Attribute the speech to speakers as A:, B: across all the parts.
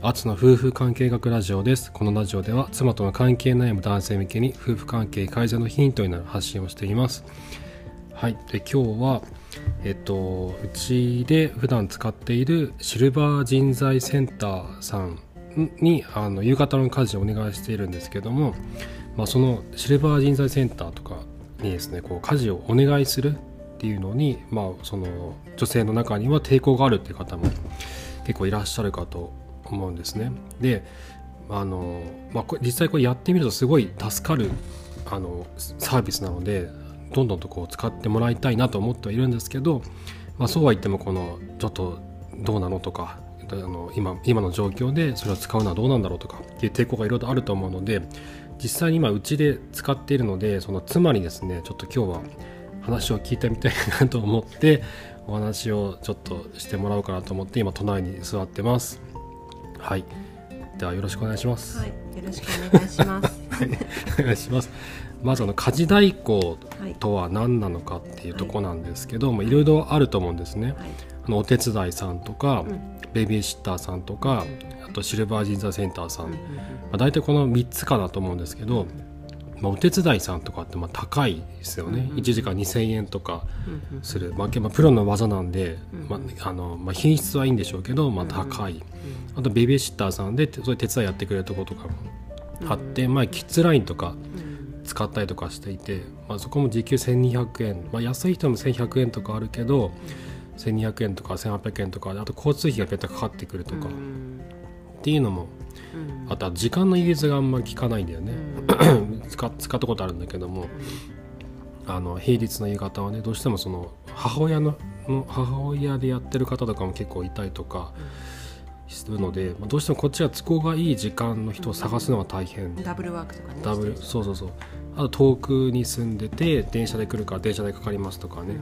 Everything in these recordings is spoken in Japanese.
A: アツの夫婦関係学ラジオです。このラジオでは妻との関係悩む男性向けに夫婦関係改善のヒントになる発信をしています。はい。で、今日は、えっと、うちで普段使っているシルバー人材センターさんに、あの、夕方の家事をお願いしているんですけども、まあ、そのシルバー人材センターとかにですねこう家事をお願いするっていうのに、まあ、その女性の中には抵抗があるっていう方も結構いらっしゃるかと思うんですね。であの、まあ、これ実際これやってみるとすごい助かるあのサービスなのでどんどんとこう使ってもらいたいなと思ってはいるんですけど、まあ、そうは言ってもこのちょっとどうなのとかあの今今の状況でそれを使うのはどうなんだろうとかっていう抵抗がいろいろあると思うので実際に今うちで使っているのでその妻にですねちょっと今日は話を聞いてみたいなと思ってお話をちょっとしてもらおうかなと思って今都内に座ってますはいではよろしくお願いします、
B: はい、よろしくお願いします。
A: お願いしますまずあの家事代行
B: はい、
A: とは何なのかっていうとこなんですけどもいろいろあると思うんですね
B: はい、
A: あのお手伝いさんとか、
B: うん
A: ベビーシッターさんとかあとシルバー人材センターさん、
B: うん
A: まあ、大体この3つかなと思うんですけど、まあ、お手伝いさんとかってまあ高いですよね、
B: うんうん
A: 1時間2000円とか
B: うんうん
A: する、まあ、けまあプロの技なんで、
B: うん
A: まああのまあ、品質はいいんでしょうけど、まあ、
B: うんうん
A: 高い、あとベビーシッターさんでてそういう手伝いやってくれるところとかもあって、まあ、キッズラインとか
B: うん
A: 使ったりとかしていて、まあ、そこも時給1200円、まあ、安い人も1100円とかあるけど1200円とか1800円とかあと交通費が別途かかってくるとか、
B: う
A: っ
B: ん
A: ていうのも
B: うん
A: あとは時間の融通があんまり効かないんだよね、
B: うん
A: 使使ったことあるんだけどもあの平日の夕方はねどうしてもその母親のの母親でやってる方とかも結構いたりとかするので、まあどうしてもこっちは都合がいい時間の人を探すのが大変
B: ダブルワークとかね。
A: ダブル
B: してる
A: そうそうそうあと遠くに住んでて電車で来るから電車でかかりますとかね、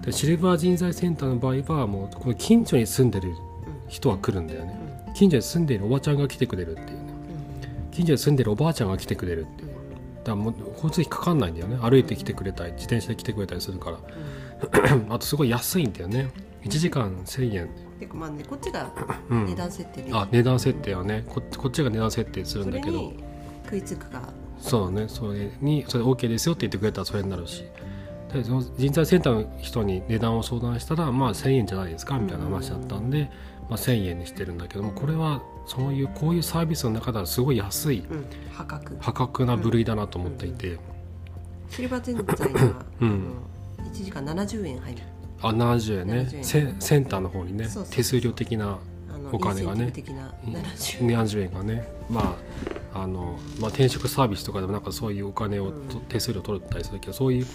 A: でシルバー人材センターの場合はもうこの近所に住んでる人は来るんだよね近所に住んでるおばちゃんが来てくれるっていうね近所に住んでるおばあちゃんが来てくれるっていうだからもう交通費かかんないんだよね歩いて来てくれたり自転車で来てくれたりするから あとすごい安いんだよね1時間1000円、
B: うん結構まあねこっちが
A: うん、
B: 値段設定で、
A: あ値段設定はねここっちが値段設定する
B: そ
A: んだ
B: れ
A: けど
B: に食いつくか。
A: そうだねそれにそれ OK ですよって言ってくれたらそれになるしでその人材センターの人に値段を相談したらまあ1,000円じゃないですかみたいな話だったんで、まあ、1,000円にしてるんだけどもこれはそういうこういうサービスの中ではすごい安い
B: うん破格。
A: 破格な部類だなと思っていて、
B: シルバー全財が
A: うん
B: あの一時間七十円入る。
A: あ70円ね
B: 70円
A: セセンターの方にね
B: そうそうそう
A: 手数料的な
B: あの
A: お金がね
B: インセンティブ的な七十円。
A: 70円がねまああの、まあ、転職サービスとかでもなんかそういうお金をと、手数料取ったりするけどそういう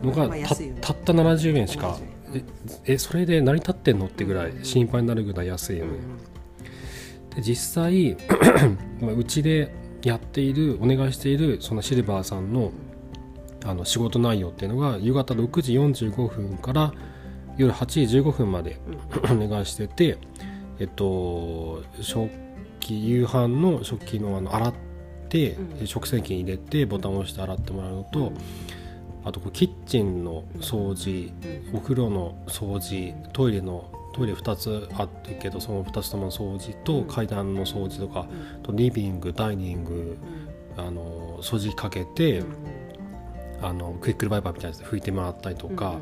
A: のが
B: まあ
A: た
B: 安いよね
A: たった70円しか
B: 70
A: ええそれで成り立ってんのってぐらい
B: うん
A: 心配になるぐらい安いよ
B: う
A: ね。
B: ん
A: で実際 まあうちでやっているお願いしているそのシルバーさんのあの仕事内容っていうのが夕方6時45分から夜8時15分まで お願いしてて、えっと、食器夕飯の食器のあの洗って、
B: うん
A: 食洗機に入れてボタンを押して洗ってもらうのと、あとこうキッチンの掃除お風呂の掃除トイレのトイレ2つあるけどその2つとも掃除と、
B: うん
A: 階段の掃除とか
B: うん
A: あとリビングダイニングあの掃除かけて、あのクイックルバイバーみたいなやつで拭いてもらったりと
B: うん
A: か、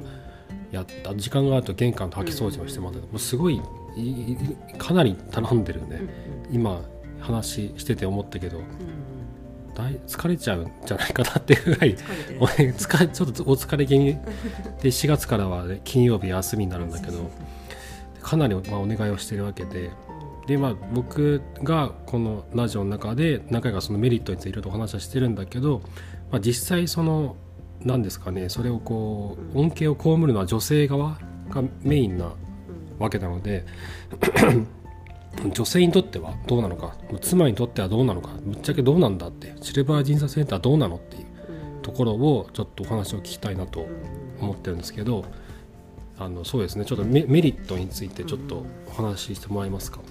A: やった時間があると玄関の掃き掃除をしてもらって、もうすごいいいかなり頼んでる
B: うんうん
A: ね、今話してて思ったけど
B: うん
A: だい疲れちゃうんじゃないかなっていうぐらい
B: 疲れてる
A: お前疲れちょっとお疲れ気味で4月からはね金曜日休みになるんだけどかなり、まあ、お願いをしてるわけでで、まあ、僕がこのラジオの中で何回かそのメリットについていろいろとお話はしてるんだけど、まあ、実際その何ですかねそれをこう恩恵を被るのは女性側がメインなわけなので 女性にとってはどうなのか妻にとってはどうなのかぶっちゃけどうなんだってシルバー人材センターはどうなのっていうところをちょっとお話を聞きたいなと思ってるんですけどあのそうですねちょっとメメリットについてちょっとお話ししてもらえますか
B: は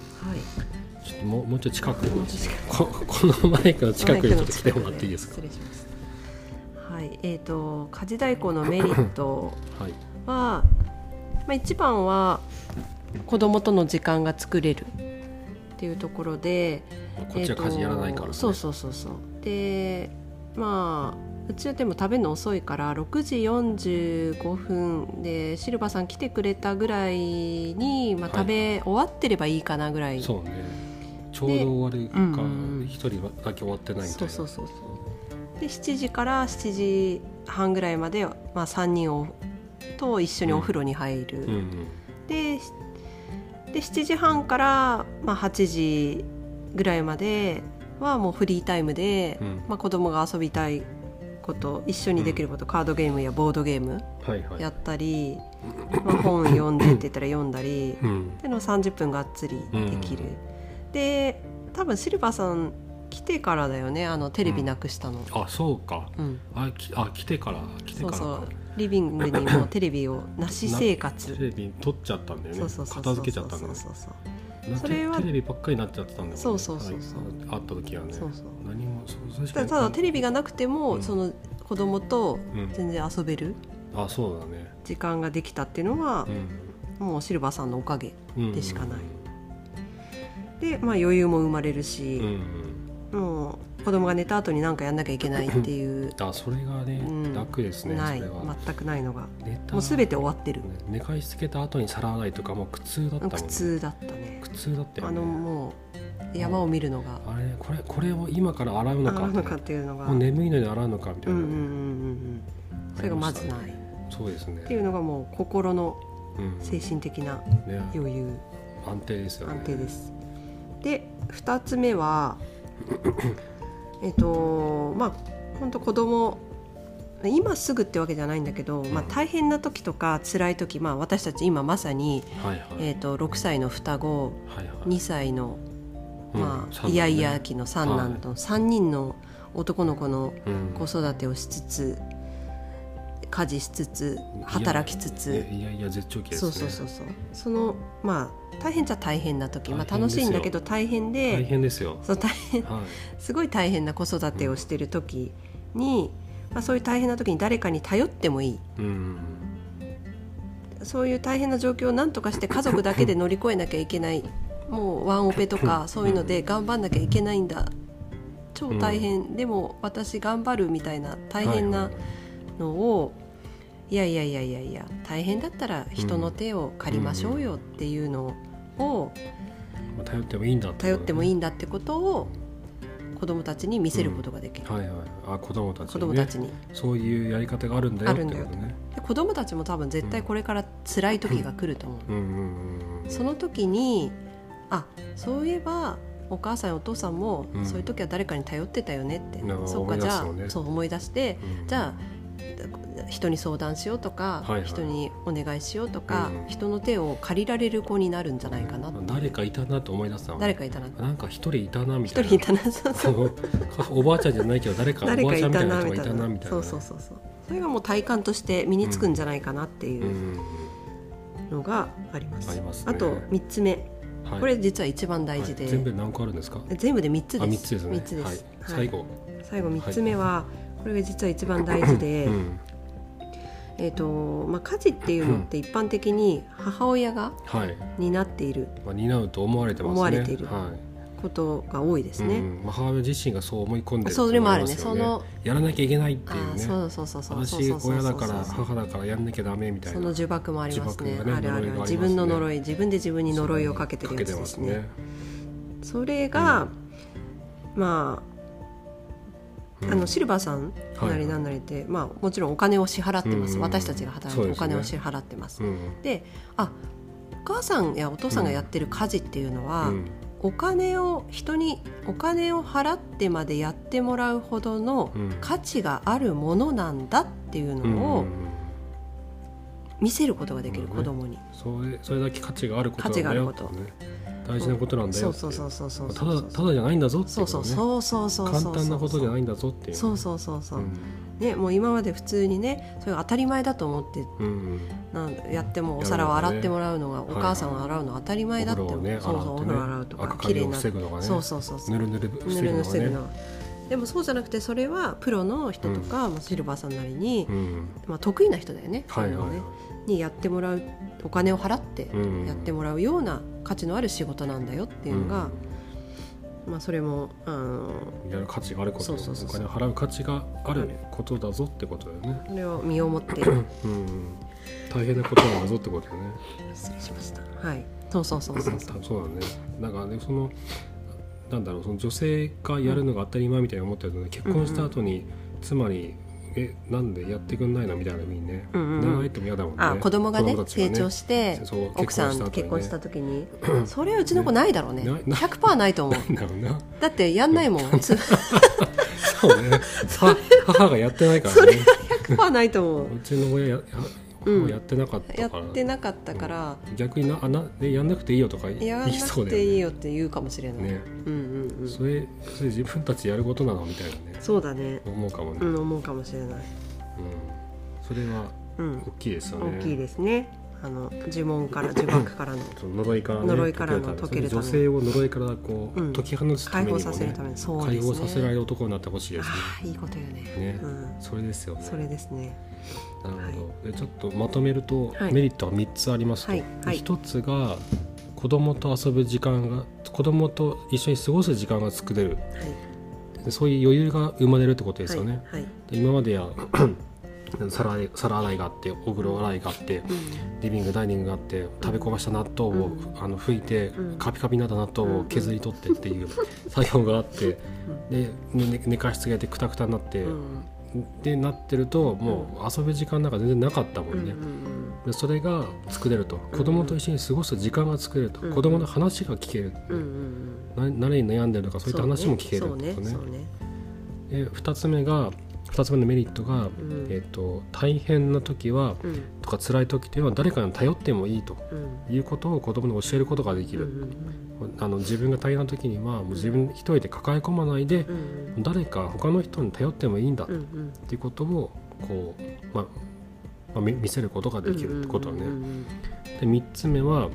B: い
A: ちょっともうもうちょっと近く
B: も
A: に
B: うちょっと近く
A: ここのマイクの近くにちょっと来てもらっていいですか
B: 失礼しますはいえー、と家事代行のメリット
A: はい
B: は、まあ、一番は子供との時間が作れるっていうところで
A: こっちは家事やらないから、ね
B: えーとそうそうそうそうでまあうちはでも食べるの遅いから6時45分でシルバーさん来てくれたぐらいに、ま
A: は
B: あ、
A: い
B: 食べ終わってればいいかなぐらい、
A: そうねちょうど終わるか
B: うんうんうん
A: 一、人だけ終わってないみたいな
B: そうそうそうそうで7時から7時半ぐらいまで、まあ、3人をと一緒にお風呂に入る、
A: うんうん
B: でしで7時半から、まあ、8時ぐらいまではもうフリータイムで、
A: うん
B: まあ、子供が遊びたいこと一緒にできること、カードゲームやボードゲーム
A: はいはい
B: やっ たり、まあ、本読んでって言ったら読んだり
A: うん
B: での30分がっつりできる、で多分シルバーさん来てからだよねあのテレビなくしたの、
A: あそうか
B: うん
A: あきあ来てから来て
B: そ
A: から
B: う
A: か
B: そうリビングに もうテレビをなし生活
A: テレビ取っちゃったんだよね
B: そうそうそうそ
A: 片
B: う
A: 付けちゃったんだね
B: そうそうそう
A: な
B: それは
A: テテレビばっかりになっちゃってたんだもんね
B: そうそうそうそう
A: ああった時はね
B: そうそう
A: 何もそう確か
B: た
A: に
B: ただテレビがなくても、
A: うん
B: その子供と
A: うん
B: 全然遊べる
A: あそうだね
B: 時間ができたっていうのは
A: う、
B: もうシルバーさんのおかげ
A: んうん
B: でしかないで、まあ、余裕も生まれ
A: う
B: る
A: んう
B: し、
A: ん
B: もう子供が寝た後に何かやんなきゃいけないっていう
A: あそれがね
B: うん
A: 楽ですね
B: ない
A: それは
B: 全くないのが
A: ネタ
B: もう全て終わってる
A: 寝かしつけた後に皿洗いとかもう苦痛だったもんね
B: 苦痛だったね
A: 苦痛だったよ
B: あの
A: ね
B: もう山を見るのが
A: あれこれこれを今から洗うの
B: あ
A: か
B: るのかっていうのが
A: もう眠いのに洗うのかみた
B: う
A: い
B: んうん
A: な
B: うんうんうんそれがまずないっ
A: そうですね
B: ていうのがもう心の
A: うん
B: 精神的な
A: ね
B: 余裕
A: 安定ですよね
B: 安定です。で2つ 目はえっとまあ本当子供今すぐってわけじゃないんだけど、まあ、
A: うん
B: 大変な時とか辛い時、まあ、私たち今まさに、
A: はいはい
B: えっと6歳の双子
A: はいはい
B: 2歳の、
A: うん
B: ま
A: 三
B: あ、
A: 男ね
B: イヤイヤ期の三男と3人の男の子の
A: うん
B: 子育てをしつつ家事しつつ働きつつ。
A: ねいやいや絶頂期です
B: そ
A: ね
B: うそうそうそうそのまあ大変じゃ大変な時、まあ、
A: 大変
B: 楽
A: です
B: し
A: よ
B: いんだけど大変で
A: 大変ですよ
B: その大変
A: は
B: すごい大変な子育てをしてる時に、まあ、そういう大変な時に誰かに頼ってもいい
A: いうん
B: そういう大変な状況を何とかして家族だけで乗り越えなきゃいけないもうワンオペとかそういうので頑張んなきゃいけないんだ超大変、でも私頑張るみたいな大
A: は
B: 変ない
A: はい
B: のを、いやいやいやいやいや大変だったら人の手を借りましょうよっていうのを、
A: まあ頼ってもいいんだって
B: 頼ってもいい
A: い
B: んだってことを子供たちに見せることができる、
A: はいはいあ子供たち
B: 子
A: に
B: 供
A: ね
B: たちに
A: そういうやり方があるんだよってこと
B: あるんだ
A: ね
B: で子供たちも多分絶対これから辛い時が来ると思
A: う
B: う、
A: んうんうんうん
B: その時にあそういえばお母さんやお父さんも、
A: うん
B: そういう時は誰かに頼ってたよねって、
A: なあ
B: そっ
A: 思
B: か
A: い
B: じ
A: 出す
B: ゃあ
A: よね
B: そう思い出して、
A: うん
B: じゃあ人に相談しようとか、
A: はいはい
B: 人にお願いしようとか、
A: うん
B: 人の手を借りられる子になるんじゃないかな、
A: まあ誰かいたなと思い出したの
B: 誰かいたな
A: なんか一人いたなみ
B: 一
A: たいな
B: 人いたなそうそう
A: そうおばあちゃんじゃないけど誰かおばあ
B: 誰
A: ち
B: かい
A: ゃんみた
B: た
A: いな
B: な
A: 人
B: み
A: がい
B: たい
A: た
B: な
A: なみたいな
B: そうそうそうそうそれがもう体感として身につくんじゃないかなって
A: う
B: いうんうのがあります,、
A: ありますね
B: あと3つ目
A: はい
B: これ実は一番大事で、
A: はい全部で何個あるんですか
B: 全部で3つ
A: あ
B: です
A: 三つですね
B: 三つです
A: はい
B: は
A: 最
B: い
A: 後
B: 最後3つ目は、これが実は一番大事で、
A: うん
B: えーとまあ、家事っていうのって一般的に母親が
A: はい
B: 担っている
A: まあ担うと思われてますね
B: 思われている
A: はい
B: ことが多いです
A: う
B: ね。
A: んまあ、母親自身がそう思い込んで
B: それもあるね
A: と思いますよやらなきゃいけないって
B: あ
A: いう
B: あ
A: ね
B: そうそうそうそうそう
A: 私
B: そうそう
A: 親
B: そ
A: だから
B: う
A: 母だからやんなきゃダメみたい
B: そ
A: な
B: の呪縛もありますね
A: 呪縛がね
B: あるあ
A: 呪いが
B: る
A: ありますね
B: 自分の呪い自分で自分に呪いをかけてるやつですね
A: かけて
B: それが、まあ、
A: うん
B: あのシルバーさん
A: はい
B: なりなんなりって、まあ、もちろんお金を支払ってます、
A: うんうん
B: 私たちが働
A: そう
B: く
A: で
B: お
A: すね
B: 金を支払ってます。
A: ます
B: で,、
A: ね
B: あお母さんやお父さんがやってる家事っていうのは、
A: うんうん
B: お金を人にお金を払ってまでやってもらうほどの
A: うん
B: 価値があるものなんだっていう
A: うん
B: の
A: う
B: を
A: んうん
B: 見せることができる、
A: うん
B: 子供に。
A: それそれだけ価値があることなん
B: 価
A: だ
B: 値があ
A: よ
B: ること
A: ってね大事なことなんだ
B: そ
A: よ
B: う
A: って
B: そうそうそうそう
A: ただただじゃないんだぞってい
B: そう
A: う
B: そう
A: ね
B: そうそうそう
A: 簡単なことじゃないいんだぞっていう
B: そうそうそうそう、
A: ん
B: ね、もう今まで普通にねそれが当たり前だと思って
A: うん
B: なんやってもお皿を洗ってもらうのが、
A: い
B: お母さんを洗うのは当たり前だって
A: お風呂をね
B: そうそうお風呂洗うと
A: 赤
B: か
A: カビを
B: な
A: 防ぐとかね
B: そうそうそうそう
A: ぬるぬる防
B: ぬ
A: ぐ
B: るぬる
A: の
B: 防
A: が
B: ぐ
A: ね
B: のはでもそうじゃなくてそれはプロの人とか、まあシルバーさんなりに、
A: うん
B: まあ、得意な人だよね,、
A: はい
B: そういう
A: は
B: のね
A: い
B: にやってもらうお金を払って
A: うん
B: やってもらうような価値のある仕事なんだよっていうのが、まあ、それもあの
A: やる価値があること
B: そうそうそう
A: お
B: そう
A: 金を払う価値があることだぞってことだよね、
B: それを身をもっ て
A: うん、大変なことなんだぞってことだよね
B: 失礼しました。はい、そうそうそうそうそう
A: 多分そうだねなんかねそのなんだろうその女性がやるのが当たり前みたいに思ってるので、結婚した後に妻に「えなんでやってくんないの?」みたいなふうにね
B: うんうんうん
A: 長いっても嫌だもんね
B: あ子供がね
A: たち
B: 成長して
A: そう
B: 奥さん
A: 結
B: 結
A: 婚
B: 婚
A: し
B: したた 時にそれはうちの子ないだろうね
A: ないない
B: 100%ないと思う
A: なんだろう な
B: だってやんないもんつ
A: そう ねは母がやってないからね
B: 100%ないと思う
A: うちの親やや
B: うん
A: やってなかった
B: や
A: から、
B: ってなかったから
A: 逆になあなでやんなくていいよとか言
B: やらない
A: そう
B: く
A: だよ
B: ていい
A: ね
B: よって言うかもしれない、
A: ね
B: うんうんう ん
A: それそれ自分たちやることなのみたいなね
B: そうだね
A: 思うかもね、
B: う
A: うん
B: ん思うかもしれない
A: それは
B: うん
A: 大きいですよね
B: 大きいですねあの呪文 から呪縛からの
A: その呪いからね
B: 呪いからの
A: 解けるため女
B: 解け
A: 性を呪いからこう、
B: うん
A: 解き放つた
B: 解
A: めにも、
B: 放
A: ね、
B: させるためのそう
A: 解
B: ですね
A: 放させられる男になってほしいです
B: ああいいこと言うね
A: ねね、
B: うん、
A: それですよね
B: それですね
A: なるほど、でちょっとまとめると、
B: はい
A: メリットは3つありますと、
B: はいはい
A: 1つが子供と遊ぶ時間が子供と一緒に過ごす時間が作れる
B: はい
A: でそういう余裕が生まれるってことですよね、
B: はい、はい
A: で今までや 皿洗い皿洗いがあってお風呂洗いがあってリビングダイニングがあって食べこぼした納豆を、
B: うん
A: あの拭いて、
B: うん
A: カピカピになった納豆を削り取ってっていう作業があって、で寝寝かしつけてクタクタになって、
B: うんうん
A: でなってるともう遊ぶ時間なんか全然なかったも
B: うんん
A: ね、
B: うん
A: でそれが作れると子供と一緒に過ごす時間が作れると、
B: うん
A: 子供の話が聞ける、
B: うんうんうん
A: な何に悩んでるのかそういった話も聞ける
B: そう
A: って
B: ね
A: こ
B: そ
A: と
B: う
A: ね
B: ねそうね
A: で2つ目が2つ目のメリットが、
B: ん
A: えっと大変な時は
B: うん
A: とか辛い時っていうのは誰かに頼ってもいいと
B: うん
A: いうことを子供に教えることができ
B: うんう
A: る、
B: ん
A: あの自分が大変な時にはもう自分一人で抱え込まないで
B: う、ん
A: 誰か他の人に頼ってもいいんだっ
B: うんうん
A: ていうことをこう、まあまあ、み見せることができるってことだね。
B: うんうん
A: で3つ目は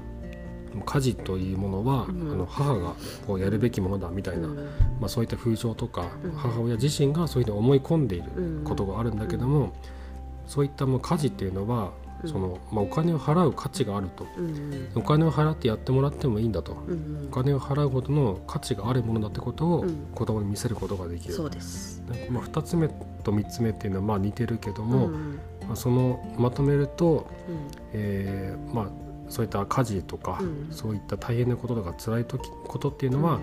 A: 家事というものは、
B: うん
A: あの母がこうやるべきものだみたいな、
B: うんうん
A: まあ、そういった風潮とか、
B: うん
A: 母親自身がそういうふうに思い込んでいることがあるんだけども、そういったもう家事っていうのは、
B: うん
A: そのまあ、お金を払う価値があると
B: うんうん
A: お金を払ってやってもらってもいいんだと、
B: うん
A: お金を払うことの価値があるものだってことを
B: うん
A: 子供に見せることができ
B: うん
A: る、
B: そうです
A: なんかまあ、2つ目と3つ目っていうのはまあ似てるけども、
B: うん
A: まあ、そのまとめると
B: うん
A: えーまあ、そういった家事とか、
B: うん
A: そういった大変なこととか辛い時ことっていうのは、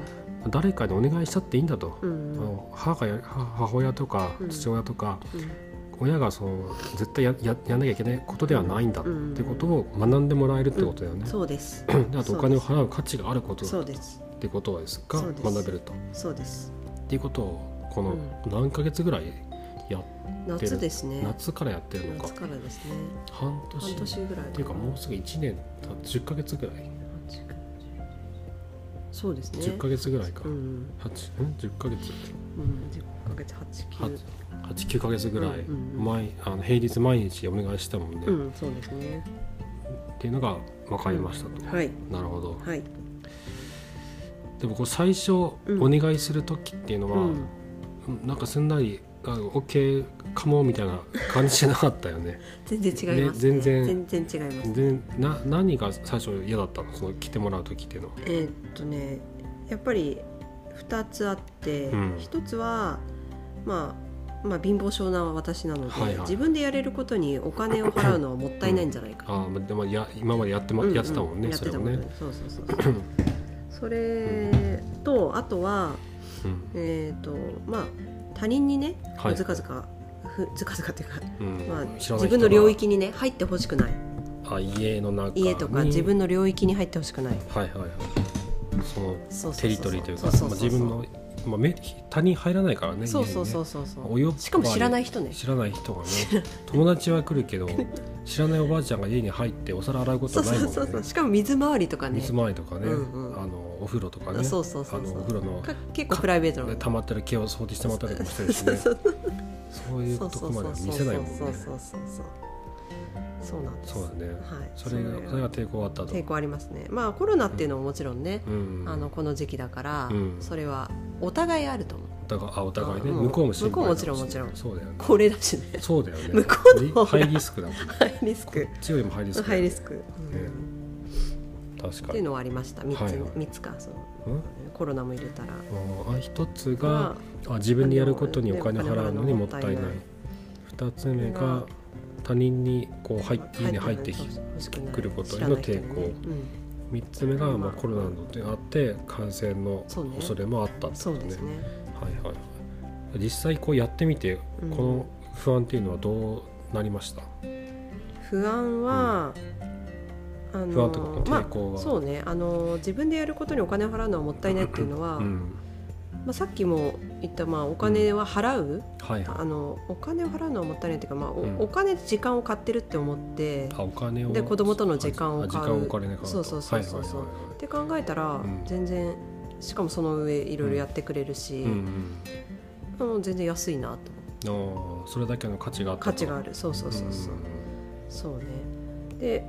A: 誰かにお願いしちゃっていいんだと、
B: う
A: あ
B: ん
A: の母がや母母親とか
B: うん
A: 父親とか、
B: うん
A: 親がその絶対やややんなきゃいけないことではないんだっ
B: うん
A: てことを学んでもらえるってことだよね。
B: そうです
A: であとお金を払う価値があること
B: そ
A: だ
B: う
A: っ
B: です
A: てことはですが
B: そうです
A: 学べると。
B: そうです
A: っていうことをこ
B: う
A: の
B: ん
A: 何ヶ月ぐらいやっ
B: 夏ですね
A: 夏からやってるのか
B: 夏からですね
A: 半年
B: 半年ぐらい
A: っていうかもうすぐ1年た10ヶ月ぐらい
B: そうですね
A: 10ヶ月ぐらいか、
B: うん
A: 八ん10ヶ月
B: うん10ヶ月8 9
A: 89ヶ月ぐらい、
B: うんうんうん
A: 毎あの平日毎日お願いしたもんで、
B: う
A: っ
B: んそうですね
A: ていうのが分かりましたと、
B: はい
A: なるほど
B: はい
A: でもこう最初お
B: うん
A: 願いする時っていうの
B: う
A: は、
B: ん
A: うんなんかすんなり「あ OK かも」みたいな感じじゃなかったよね
B: 全然違います
A: ね
B: ね
A: 全
B: 全然違います
A: でな何が最初嫌だったのその来てもらう時っていうのは
B: えーっとねやっぱり2つあって、
A: うん
B: 一1つは、まあ、まあ貧乏症な私なので、
A: はいはい
B: 自分でやれることにお金を払うのはもったいないんじゃないか、
A: ああまでもや今までやって,、ま
B: うんうん
A: やってたもんね
B: やっ
A: そ
B: て
A: れ
B: た
A: を
B: もんね
A: ね、
B: そうそうそうそうそれとあとは
A: うん
B: えーっとまあ他人にね、
A: はい
B: ずかずかふずかずかというか、
A: うん
B: まあ、
A: 知ら
B: 自
A: ない人が
B: 分の領域にね入ってほしくない
A: あ家の中に
B: 家とか自分の領域に入ってほしくない
A: はいはいはいその
B: そうそうそうそう
A: テリトリーというかま
B: そ
A: あ
B: そそ
A: 自分の、まあ、目他人入らないからね
B: そうそうそううそうそう
A: お洋服
B: しかも知らない人ね
A: 知らない人 がね友達は来るけど知らないおばあちゃんが家に入ってお皿洗うこと
B: そう
A: はないもん
B: そう
A: ね
B: そうそうしかも水回りとかね
A: 水回りとかね、
B: うんうん
A: あのお風呂とかね
B: そうそうそう
A: あ
B: そう
A: のお風呂の
B: か結構プライベートな
A: 溜まってる毛を掃除してもらったりとかもしてるしね
B: そう
A: そういうとこまでは見せないもんね
B: そうそうそうそうそうなんです
A: そうだね
B: はい
A: それが
B: それは
A: それが抵抗あったと
B: 抵抗ありますねまあコロナっていうのももちろんね
A: う、ん
B: あのこの時期だから、
A: うん
B: それはお互いあると思う
A: だからあお互いね
B: うん
A: 向こうも心配だろうし
B: 向こうもちろんもちろん
A: そうだよね
B: 高齢だしね
A: そうだよね
B: 向こうの方が
A: ハイリスクだもんね
B: ハイリスク
A: 強いもハイリスク
B: ハイリスク、うん
A: ね確
B: っ
A: か
B: ていう
A: に
B: のはありました3つ,、
A: はいはい
B: 三つかその
A: うん
B: コロナも入れたら
A: あーあ一つがあ自分でやることにお金払うのにもったいない
B: もったいない
A: 二つ目が他人にこう入っ家に入ってき
B: く
A: くることへの抵抗
B: うん、
A: 三つ目がまあコロナのであって感染の
B: そうね
A: 恐れもあったってこ
B: そ
A: と
B: う
A: ね
B: ですね
A: はいはいはい実際こうやってみて
B: うん
A: この不安っていうのはどうなりました、
B: 不安は、あの
A: 不安とか抵抗は
B: まあ、そうねあの自分でやることにお金を払うのはもったいないっていうのは、
A: うん、
B: まあ、さっきも言った、まあ、お金は払う、
A: はいはい
B: あのお金を払うのはもったいないっていうか、まあお
A: うん
B: お金で時間を買ってるって思って
A: あお金を
B: で子供との時間を
A: あ
B: 買う
A: 時間をお金で買うと
B: そうそうそうそう
A: はいはいはい
B: って考えたら、
A: ん
B: 全然しかもその上いろいろやってくれる
A: は
B: し、
A: いうん
B: あの全然安いなと
A: うん、あーそれだけの価値があったと
B: 価値があるそうそうそうそう、そうねで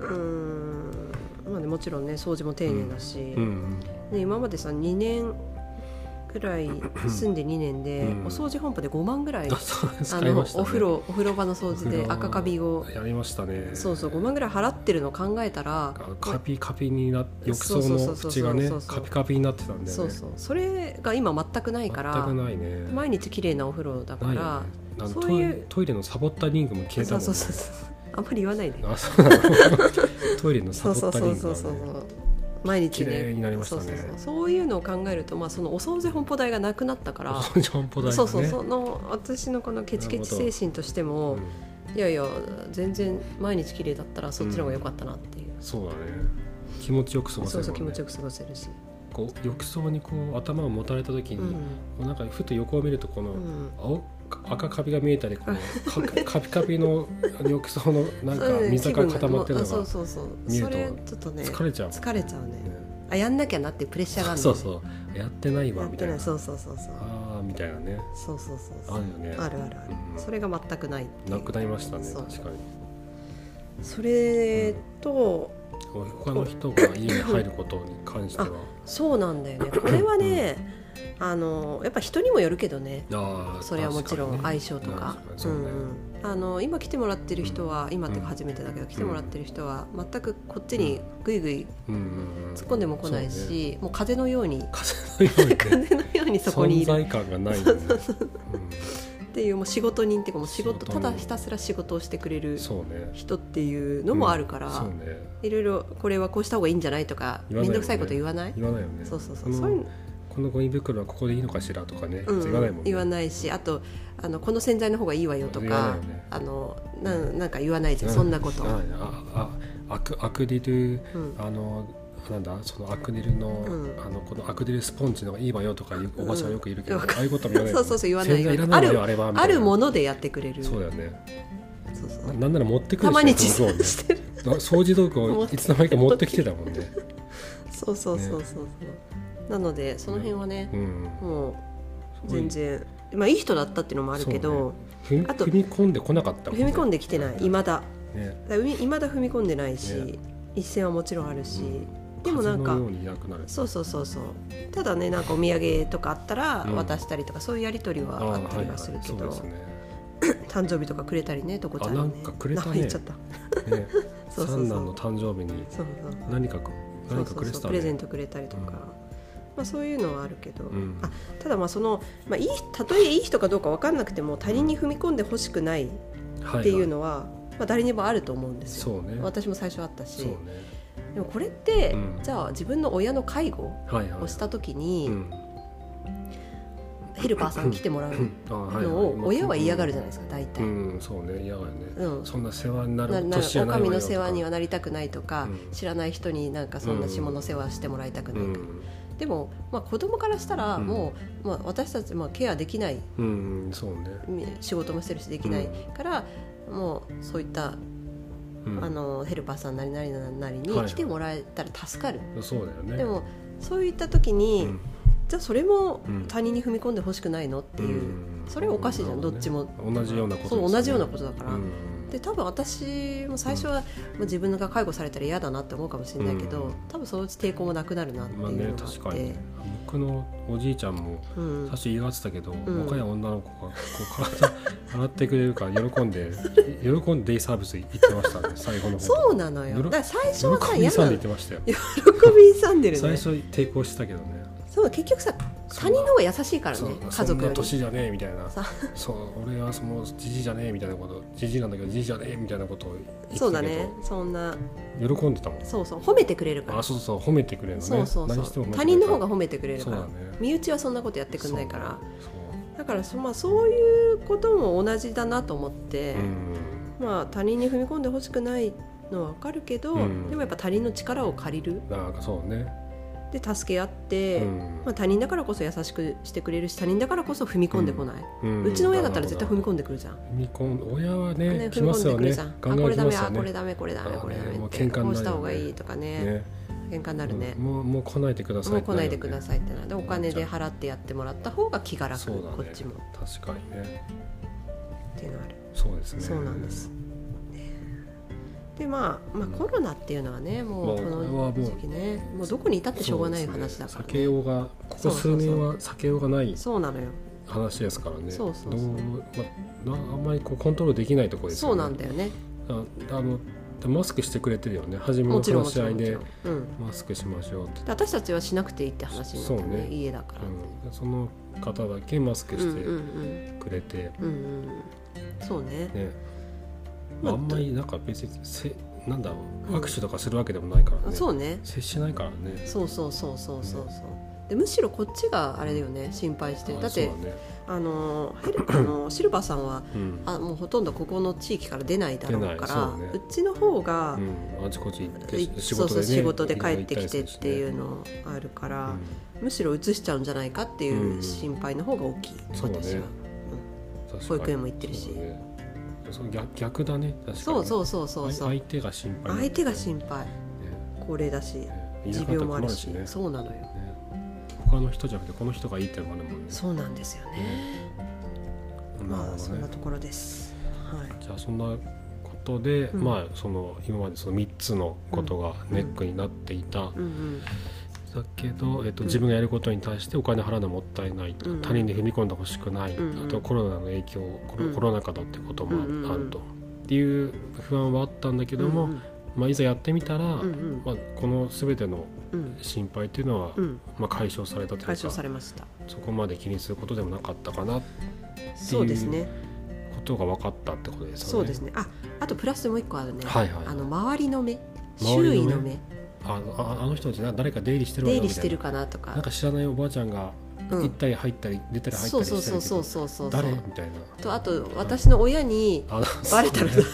B: うーんまあねもちろんね掃除も丁寧だし、
A: うんうん
B: ね、今までさ2年ぐらい住んで2年で、
A: うん
B: お掃除本舗で5万ぐらい
A: あそう
B: あ
A: 使い
B: の
A: ました、ね、
B: お風呂お風呂場の掃除
A: お風
B: で
A: 呂
B: 赤カビを
A: やりましたね
B: そうそう5万ぐらい払ってるのを考えたら
A: あカピカピになっ浴槽
B: そうそ
A: の
B: うそうそう
A: 縁がね
B: そうそう
A: カピカピになってたんで、ね、
B: そうそうそれが今全くないから
A: 全くないね
B: 毎日綺麗なお風呂だか
A: ないよね
B: ら
A: あの
B: そういう
A: トイレトイレのサボったリングも消えたも、
B: そう
A: ね、
B: んそうそうそうあんまり言わないで
A: あそうなのトイレの サボ
B: そうそ
A: っ
B: う
A: た
B: そ
A: リ
B: う
A: ング
B: そ
A: が、
B: う
A: ね、
B: そう毎日
A: 綺麗
B: ね
A: になりましたね
B: そうそうそうそういうのを考えると、まあ、そのお掃除本舗代がなくなったから
A: お 掃除本舗代がね
B: そうそうその私のこのケチケチ精神としても、
A: うん
B: いやいや全然毎日綺麗だったらそっちの方が良かったなっていう、
A: そうだね気持ちよく過ごせ
B: そう
A: るもん、ね、
B: そう気持ちよく過ごせるし、
A: こう浴槽にこう頭を持たれた時に、
B: うん
A: こうなんかふと横を見るとこの、
B: うん
A: 青赤カビが見えたりこのかカピカピの浴槽のなんか
B: うん
A: 水が固まってるのが
B: 気分もあそうそうそう
A: 見る
B: そ
A: と
B: れちょっとね
A: 疲れちゃうもん
B: 疲れちゃうね
A: ね
B: あやんなきゃなっていうプレッシャーがある
A: そう
B: う
A: そうやってないわ
B: やっ
A: みた
B: て
A: い
B: な
A: ない
B: そうそうそうそう
A: ああみたいなね
B: そうそうそうそ
A: あ
B: う
A: るよね
B: あるあるある、
A: うん
B: それが全くないっていう
A: なくなりましたね
B: そう
A: 確かに
B: それと、
A: こう他の人が家に入ることに関 しては
B: そうなんだよねこれはねあのやっぱ人にもよるけどね
A: ああ
B: それはもちろん
A: 確かに
B: 相
A: ね
B: 性とか
A: 確に
B: う
A: そうんね
B: うんあの今来てもらってる人は今っていう
A: うん
B: か初めてだけど来てもらってる人は全くこっちにぐいぐい
A: うんうんうん
B: 突っ込んでも来ない
A: そうね
B: し、もう風のように
A: 風のようにね
B: 風のようにそこに
A: 存
B: いる
A: 在感がないよ ね
B: っていうもう仕事人っていうかもう仕事
A: 仕事人
B: ただひたすら仕事をしてくれ
A: う
B: る
A: んそうね
B: 人っていうのもあるから、
A: うんそうね
B: いろいろこれはこうした方がいいんじゃないとか
A: 言わ
B: 面
A: ないよね
B: 倒くさいこと言わない
A: 言わないよね
B: そうそうそ
A: あ
B: う
A: の
B: そういうの
A: このゴミ袋はここでいいのかしらとかね、
B: うん
A: 言わないもんね
B: 言わないしあとあのこの洗剤の方がいいわよと
A: 言わない
B: か
A: よね
B: あのなんなんか言わないじゃんそんなこと、
A: はいああアクアクリル、
B: うん
A: あのなんだそのアクリルの,、
B: うん
A: あのこのアクリルスポンジのがいいわよとかいうおばちゃんよくいるけど、
B: うん
A: ああいうことも言わない
B: そうそうそう言わない
A: 洗剤いらないわよあれはみた
B: あ
A: いな
B: るものでやってくれる
A: そうだよね
B: そうそう
A: ななんなら持ってくる
B: たまに
A: 人
B: 持
A: そうね
B: 参してる
A: 掃除道具をいつの間にか持ってきてたもんね、
B: そうそう そうそうそう、なのでその辺はね
A: う、ん、
B: もう全然まあいい人だったっていうのもあるけど、
A: 踏み
B: あと
A: 踏み込んでこなかったもん
B: 踏み込んできてない未だだか
A: ね
B: らうみ未だ踏み込んでないし、
A: ね
B: 一線はもちろんあるし、
A: うん
B: でもなんか
A: 風のようにいなくなる
B: そうそうそうそうただねなんかお土産とかあったら
A: うん
B: 渡したりとか、そういうやり取りはあったりはするけ
A: あーは
B: ど、
A: いはいそうですね
B: 誕生日とかくれたりねとこちゃんに
A: あなんかくれたね
B: なんか言っちゃった
A: ね
B: そうそうそう
A: 三男の誕生日に
B: そうそう
A: 何かく
B: そ
A: 何
B: う
A: か
B: そ
A: く
B: う
A: れ
B: そ
A: て
B: う
A: た
B: プレゼン
A: ね
B: トくれたりとか、
A: うん
B: まあ、そういうのはあるけど、
A: うん
B: あただまあその、まあ、いいたとえいい人かどうか分かんなくても他人に踏み込んでほしくないっ
A: は
B: ていうのは、まあ、誰にもあると思うんです
A: そ
B: よ
A: うね
B: 私も最初あったし、
A: そうね
B: でもこれって、
A: うん
B: じゃあ自分の親の介護
A: はいはい
B: をした時に、
A: う ん
B: ヘルパーさん来てもらう
A: あはいは
B: の
A: い
B: を親は嫌がるじゃないですか大体。
A: うんそうね嫌がるね
B: うん
A: そんな世話にな
B: な
A: る
B: なお
A: 年じゃないわ
B: 上
A: よ
B: の世話には
A: と
B: なりたくないとか、
A: うん
B: 知らない人になんかそんな下の世話してもらいたく
A: か
B: ない、でも、まあ、子供からしたら
A: うん
B: もう、まあ、私たち、まあ、ケアできない
A: うんうんそうね
B: み仕事もしてるしできない
A: うん
B: から、もうそういった、
A: うん
B: あのヘルパーさんなりなりなり
A: はい
B: に
A: はい
B: 来てもらえたら助かる、
A: そうだよね
B: でもそういった時に、
A: うん
B: じゃあそれも
A: うん
B: 他人に踏み込んでほしくないのっていう、
A: うん
B: それはおかしいじゃ
A: な
B: ん
A: るほ
B: どっちも
A: 同じようなこと
B: そう
A: ですね
B: 同じようなことだから、
A: うん
B: っで多分私も最初は、まあ自分が介護されたら嫌だなって思うかもしれないけど、
A: うん
B: 多分そのうち抵抗もなくなるなっていう
A: まあね
B: のがあって、
A: 確かにね僕のおじいちゃんも
B: うん
A: 最初言い合ってたけど、
B: ん
A: 若い女の子がこう 体洗ってくれるから喜んで喜んでデイサービス行ってましたね最後の方
B: そうなのよ
A: よろ
B: だから最初はさ
A: 喜び
B: 嫌
A: さ
B: なんの
A: で言って
B: 喜
A: ましたよ、
B: び勇んでる
A: 最
B: ね
A: 初抵抗してたけどね
B: そう結局さ他人の方が優しいから
A: そう
B: ね家
A: そん
B: 族よ
A: な
B: り
A: 年じゃねえみたいな
B: さ
A: そう俺はそのじじじゃねえみたいなことじじなんだけどじじじゃねえみたいなことを言ってたけど
B: そうだねそんな
A: 喜んでたもん
B: そうそう褒めてくれるから
A: あそうそう褒めてくれるのね
B: そうそう
A: 何して
B: そ
A: も褒
B: う
A: めてく
B: 他
A: れる
B: 人の方が褒めてくれるから、
A: そうだね
B: 身内はそんなことやってくんないから
A: そう
B: だからそ,、まあ、そういうことも同じだなと思って、
A: うん
B: まあ、他人に踏み込んでほしくないのは分かるけど、
A: うん
B: でもやっぱ他人の力を借りる
A: なんかそうね、
B: で助け合って、
A: うん
B: まあ、他人だからこそ優しくしてくれるし他人だからこそ踏み込んでこない、
A: う
B: うんちの親だったら絶対踏み
A: 込
B: 込んでくるじゃん。
A: み込ん親は
B: ね
A: ね来
B: 踏み
A: ま
B: 込ん
A: す
B: で
A: よ
B: くる
A: ね
B: じゃん。あ
A: ガンガ
B: こ
A: ン
B: れ
A: 来
B: ダ
A: ま
B: メ
A: すよ
B: あこれ
A: ね
B: ダメこれダメ
A: あー
B: これダメ
A: ねも
B: っ
A: う
B: て
A: 喧嘩に
B: こ
A: なるよね
B: うした方がいいとかね
A: ね
B: 喧嘩になるね。
A: もうもう来ないでください
B: もう来ないでくだ
A: い
B: さいってなでお金で払ってやってもらった方が気が楽、
A: そうだね
B: こっちもっ
A: 確かにね
B: ていうのがある、
A: そうですね
B: そうなんですでまあ、まあ、コロナっていうのはね
A: まあ
B: もうこ
A: これはも
B: の
A: う
B: 時期ねもうどこにいたってしょうがない話だ
A: そうです
B: か
A: ね避
B: らね
A: けようがここ数年は避けようがない
B: そうなのよ
A: 話ですからね
B: そうそうそう
A: どうまあ、なあんまりこうコントロールできないところです
B: そ
A: よ
B: う
A: ね
B: なんだよね
A: ああのマスクしてくれてるよね初めの
B: もちろんも
A: 話
B: ち
A: し合
B: ろん
A: い
B: もち
A: で
B: ろん、うん、
A: マスクしましょうって
B: で私たちはしなくていいって話になったよね
A: そうね
B: 家だから、
A: うん、その方だけマスク
B: うん、う
A: し
B: ん
A: てくれて、
B: うんうんうんそうね
A: ね、まあ、あ
B: まあ
A: んまりなんか別にせなんだろう
B: うん
A: 握手とかするわけでもないからね、
B: そうね
A: 接しないからね
B: そうそうそうそうそうそうでむしろこっちがあれだよね心配して
A: あ
B: だって
A: そうだね、
B: あのヘルあのシルバーさんは
A: うん
B: あもうほとんどここの地域から出ないだろうか
A: 出
B: ら
A: な
B: う,、
A: いそうね
B: ちの方が、
A: うん、あちこち行って
B: い
A: 仕事で、ね、
B: そうそう仕事で帰ってきてっ
A: 移動行
B: てい
A: り
B: う
A: するしね
B: のあるか
A: う
B: ら、
A: ん
B: むしろ移しちゃうんじゃないかっていう心配の方が大きい、
A: そうね
B: 私
A: 確
B: は、
A: かに
B: 保育園も行ってるし
A: そうだねその逆逆だね確かに
B: そうそうそうそうそう
A: 相手が心配
B: 相手が心配高齢だし
A: 配
B: 持病もあるし
A: ね
B: そうなのよ
A: ね他の人じゃなくてこの人がいいってのもあるもんね
B: そうなんですよね
A: なる
B: まあ
A: ほ
B: そ
A: ど
B: ん
A: ね
B: なところですはい
A: じゃあそんなことで、
B: うん
A: まあその今までその3つのことがネックになっていた、
B: うん
A: だけど、えっと、
B: うん
A: 自分がやることに対してお金払うのもったいないとか、
B: うん
A: 他人に踏み込んでほしくない、
B: うんう
A: あ
B: ん
A: とコロナの影響コロ,、
B: うん
A: コロナ禍だってこともあ,、
B: うんうんうん
A: あるとっていう不安はあったんだけ
B: け
A: ども、
B: うん
A: まあ、いざやってみたら、
B: うん
A: まあ、この全ての
B: うんうん
A: 心配っていうのは、
B: うん
A: まあ、解消されたとい
B: 解
A: うか
B: 消されました
A: そこまで気にすることでもなかったかなって
B: そうですね
A: ことが分かったってことですよね。
B: そうですねああとプラスもう一個あるね、
A: はいはい
B: あの周りの目
A: 周りの目
B: 周囲の目
A: あああの人たちな誰か出入りしてるわ
B: 出
A: よ
B: 入り
A: み
B: したて
A: い
B: る
A: な
B: かなとか
A: なんか知らないおばあちゃんが
B: うん
A: 行ったり入ったり出たり入った
B: そう
A: りして
B: そう
A: るけ
B: そう
A: ど
B: そうそうそう
A: 誰みたいな
B: とあと私の親に
A: あ
B: バレたら
A: そうね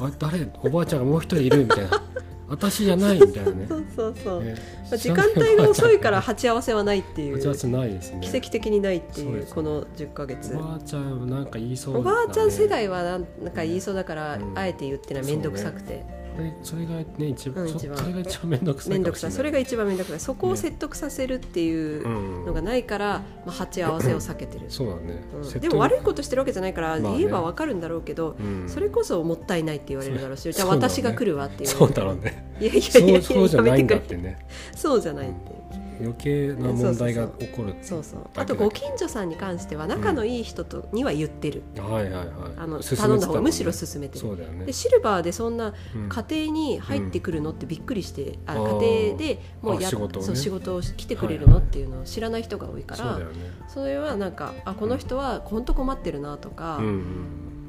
A: あ誰おばあちゃんがもう一人いるみたいな私じゃないみたいなね
B: そうそうそう、
A: ね
B: まあ時間帯が遅いから
A: 知
B: 鉢合わせはないってい
A: らないおばあちゃん打ち合
B: う
A: わせないですね
B: 奇跡的にないって
A: そう
B: い
A: で
B: う
A: すね
B: この10ヶ月
A: おばあちゃんなんか言いそうだ
B: お
A: ね
B: ばあちゃん世代はなんなんか言いそうだから、
A: うん
B: あえて言ってない面倒くさくて、
A: それそれがね一番,
B: うん
A: そ、
B: 一番
A: それが一番面倒くさい
B: 面
A: か
B: 倒
A: も
B: く
A: しれ
B: さ
A: ない
B: いそれが一番面倒くさいそこを説得させるっていう
A: うん
B: のがないから、まあ、鉢合わせを避けてる、
A: そうだね、
B: うん
A: 説得
B: でも悪いことしてるわけじゃないから、
A: まあね
B: 言えばわかるんだろうけど、
A: うん
B: それこそもったいないって言われるだろうし、
A: そう
B: じゃあ
A: そうだね
B: 私が来るわって言
A: そ
B: われ
A: う
B: る
A: だろうね
B: いやいやいや
A: そう
B: い
A: そうじゃ
B: や
A: ない
B: め
A: んだ
B: て
A: っ
B: くれ
A: てね
B: そうじゃないっていう
A: 余計な問題が起こる
B: そうそうあとご近所さんに関しては仲のいい人とには言ってる、
A: はいはいはい
B: あの
A: 進めてた
B: 頼んだ
A: も
B: 方
A: ね
B: がむしろ勧めてる
A: そうだよね
B: でシルバーでそんな
A: うん
B: 家庭に入ってくるのってびっくりして、あ
A: あー
B: 家庭でもうや
A: あ仕事をね
B: そう仕事を来てくれるの
A: はいはい
B: っていうのを知らない人が多いから、
A: そうだよね
B: それはなんかあこの人は本当困ってるなとか、
A: うん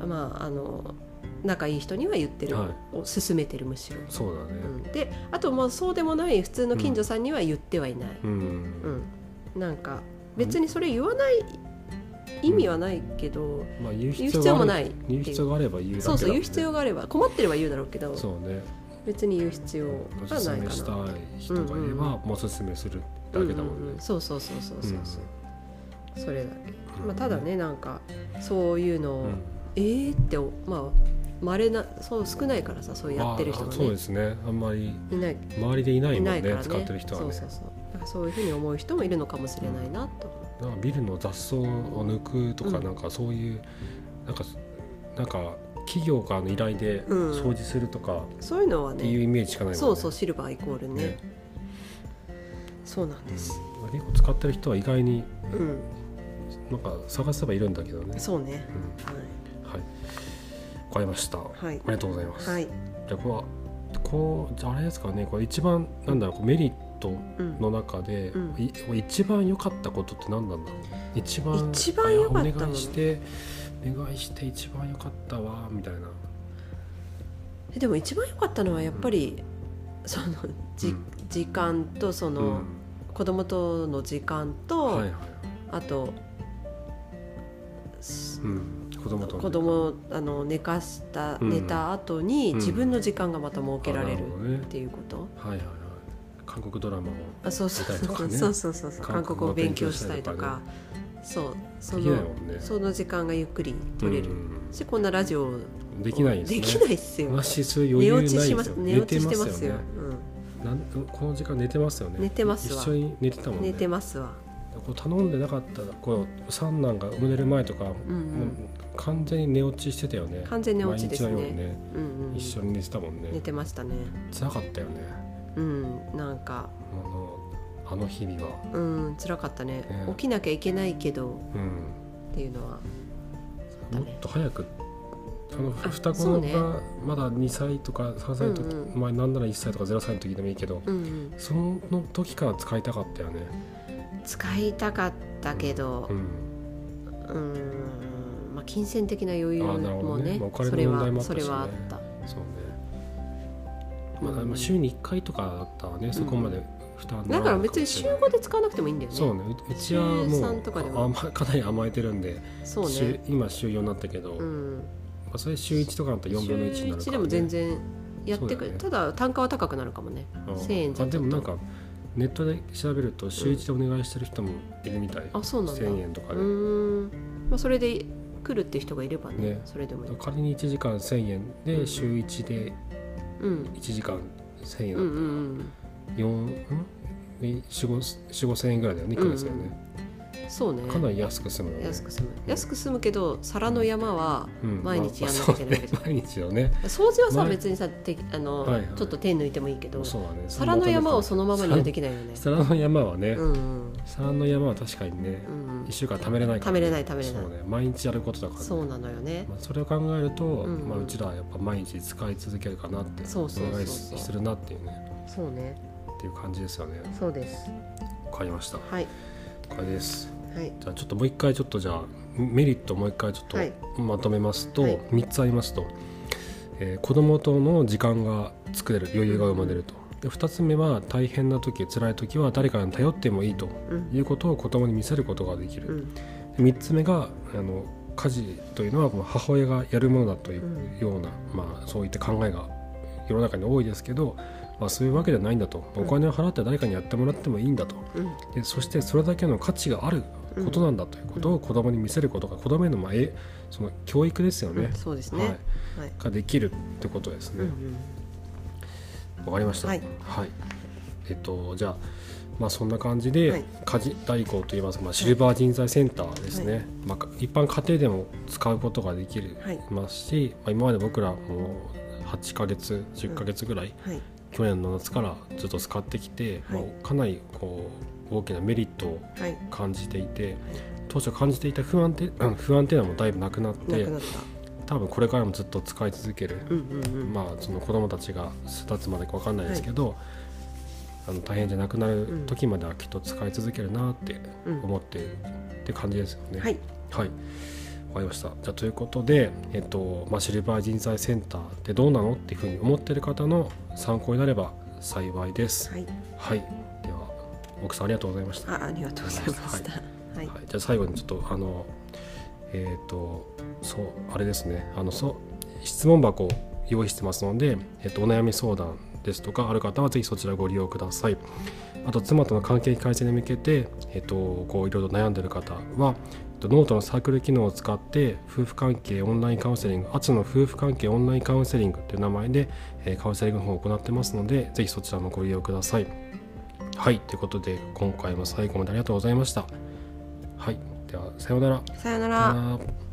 A: うん
B: まああの仲いい人には言ってる、
A: はい
B: を勧めてるむしろ、
A: そうだね
B: うん、であとまあそうでもない普通の近所さんには言ってはいない、
A: うん
B: うんなんか別にそれ言わない意味はないけど、
A: まあ言う
B: 言う
A: 必
B: 必要
A: 要
B: も
A: があ
B: な
A: る
B: いって
A: 言う
B: い
A: 必
B: う
A: 要があれば言うだけだ
B: そうそう言う必
A: 必
B: 要があれば困ってれば言うだろうけど
A: そうね
B: 別に言う必要
A: お
B: は
A: すす
B: ない
A: め
B: か
A: した
B: ない
A: 人がいればもうおすすめするだけだも
B: うんう
A: ね
B: うそうそうそうそうそうそう、それだけ、
A: うん
B: まあ、ただねなんかそういうのを、
A: うん
B: えーってまあまれなそう少ないからさそうやってる人
A: ま
B: が
A: あそうで
B: ね
A: すねあんまり
B: いない
A: 周りでいない
B: い
A: も
B: なんいから
A: ね
B: ね
A: 使ってる人は
B: そう
A: ね
B: そうそうだからそういうふうに思う人もいるのかもしれないなと、
A: なんかビルの雑草を抜くとか
B: うん
A: なんかそういうなんかなんか企業からの依頼で
B: うん
A: 掃除するとか
B: そういうのは
A: っていう
B: ね
A: イメージしかないもんね
B: そうそうシルバーイコールね
A: ね
B: そうなんです
A: うん結構使ってる人は意外に
B: うん
A: なんか探せばいるんだけどね、
B: そうね
A: う
B: は
A: ん、はいわかりました、
B: はい
A: ありがとうございます、
B: い、はい
A: じゃあこれはこうじゃああれですかねこれ一番なんだろうこうメリット
B: うん、
A: の中で、
B: うん
A: い一番良かったことって何なんだろう一番
B: 一番良かった
A: あお
B: もの
A: 願いしてお願いして一番良かったわみたいな
B: えでも一番良かったのはやっぱり、そのじ、
A: うん
B: 時間とその、子供との時間と、
A: うん、はいはい、
B: あと、す
A: うん、子供との
B: 子供をあの寝かした、
A: うん
B: 寝た後に
A: うん
B: 自分の時間がまた設けられ
A: あなるほど
B: る
A: ね
B: っていうこと、
A: はいはいはい韓国ドラマを
B: あそうそう
A: 見たりと
B: そ
A: か
B: う、
A: ね
B: そうそうそう韓
A: 韓
B: 国
A: 国語
B: を勉
A: 勉
B: 強
A: 強
B: したりとかそうそ
A: できない
B: の
A: もんね
B: その時間がゆっくり取れる、
A: うん
B: しこんなラジオ
A: できないですね
B: できないっすよ
A: 話する余
B: 寝
A: 裕ない
B: 落
A: で
B: ち
A: す
B: し
A: よ
B: ます寝落ちしてま
A: 寝
B: す
A: て
B: よ
A: よねなんこの時間寝てますよね
B: 寝てますわ
A: 一緒に寝てた
B: う
A: もん
B: ん、
A: ね
B: 寝てますわ
A: こう頼んでなかったらこう三男が生まれる前とか、
B: うん
A: もう完全に寝落ちしてたよね
B: 完全に寝落ちですね
A: 毎日のようにね
B: うんうんうん
A: 一緒に寝てたもんね
B: 寝てましたね
A: 辛かったよね
B: うんなんか
A: あのあの日々は
B: うん辛かったね
A: ね
B: 起きなきゃいけないけど
A: うん
B: っていうのは
A: もっと早くあの
B: あ
A: 双
B: そ
A: 子
B: うね
A: がまだ2歳とか3歳の時、
B: うんう
A: 前なんなら1歳とか0歳の時でもいいけど
B: うんうん
A: その時から使いたかったよね
B: 使いたかったけど
A: うん
B: うんまあ金銭的な余裕
A: あーなるほ
B: も
A: どね
B: ね
A: まあお金の
B: それ
A: 問題もあった
B: はそ
A: しね
B: れはあった
A: そうねまあ
B: うん
A: まあ週に1回とかだったらねそこまで負担な
B: だ
A: い
B: から別に週5で使わなくてもいいんだよね
A: そうねううちはも
B: 週
A: う
B: 三とかでも
A: あ甘かなり甘えてるんで、
B: そう
A: 週
B: ね
A: 今週4になったけど、
B: う
A: ま
B: ん
A: あ、それ週1とかだったら4分の1になるから、ね、
B: 週一でも全然やってく
A: そうだよね
B: ただ単価は高くなるかもね
A: うん
B: 1000円じゃ
A: あでもなんかネットで調べると週1でお願いしてる人もいるみたい、
B: あそうなんだ
A: 1000円とか
B: う
A: で、
B: ーん、まあ、それで来るって人がいればね
A: ね
B: それでもいい、
A: 仮に1時間1000円で週1で
B: うん、
A: 1時間1000円
B: うん
A: だ
B: う
A: っ
B: ん
A: たら、四ん4 5 0円ぐらいだよねいくらですよね、
B: うんそうね
A: かなり安く済むよね
B: 安く済む安く済むけど皿の山は
A: うん
B: 毎日
A: まあ
B: やんなきゃいけないわけじゃ
A: そうね毎日よね
B: 掃除はさ
A: 前
B: 別にさてあの、
A: はいはい
B: ちょっと手抜いてもいいけど
A: そうだね
B: 皿の山をそのままにはで
A: き
B: きないよね
A: 皿の山はね、
B: うんうん
A: 皿の山は確かにね、
B: うん
A: 一週間貯めれないから、
B: 貯めれない貯めれない
A: そうね毎日やることだからね、
B: そうなのよね
A: まあ、それを考えると、
B: んうん
A: まあ、うちらはやっぱ毎日使い続けるかなって
B: そうそうそうそう
A: お願いしするなっていうね
B: そうね
A: っていう感じですよね
B: そうです
A: わかりました了
B: はい
A: 解です
B: はい
A: じゃあちょっともう一回ちょっとじゃあメリットをもう一回ちょっ
B: はい
A: とまとめますと、
B: はい
A: 3つありますと、えー子供との時間が作れる余裕が生まれると、で2つ目は大変な時辛い時は誰かに頼ってもいいと
B: うん
A: いうことを子供に見せることができる、
B: うん
A: 3つ目があの家事というのはもう母親がやるものだというような、まあ、そういった考えが世の中に多いですけど、まあ、そういうわけじゃないんだとお金を払って誰かにやってもらってもいいんだと
B: うん
A: でそしてそれだけの価値があることなんだということを子供に見せることが子供への,、まあ、えその教育ですよ
B: う
A: ね
B: ん、そうですね
A: はい
B: はい、
A: ができるってことです
B: うんう
A: ね。
B: ん
A: わかりました。
B: は
A: はいい。えっとじゃあまあそんな感じで、
B: はい
A: 家事代行といいますか、まあ、シルバー人材センターですね、
B: はい
A: まあ、一般家庭でも使うことができる
B: はい
A: ますし、まあ、今まで僕らもう8ヶ月10ヶ月ぐらい、
B: はい
A: 去年の夏からずっと使ってきて、
B: はい
A: まあ、かなりこう大きなメリットを
B: はい
A: 感じていて当初感じてい た不安定不安定なのもだいぶなくなって
B: なくなった
A: 多分これからもずっと使い続ける
B: うんうんうん
A: まあ、その子供たちが育つまでか分かんないですけど、あの大変じゃなくなる時まではきっと使い続けるなって
B: うん
A: 思ってって感じですよね。
B: はい
A: はい、わかりましたじゃあということで、えっとまあ、シルバー人材センターってどうなのっていうふうに思ってる方の参考になれば幸いです。
B: はい
A: はい、では奥さんありがとうございました。
B: あありがとうございましたはい
A: はい、じゃあ最後にちょっとあのえっ、とそうあれですねあのそう質問箱を用意してますので、えっとお悩み相談ですとかある方はぜひそちらご利用くださいあと妻との関係改善に向けて、えっとこういろいろ悩んでる方はえっとノートのサークル機能を使って夫婦関係オンラインカウンセリングあつの夫婦関係オンラインカウンセリングという名前で、えーカウンセリングの方を行ってますのでぜひそちらもご利用くださいはいということで今回も最後までありがとうございましたはい、ではさようなら。
B: さよ
A: さ
B: な
A: よ
B: ら
A: うなら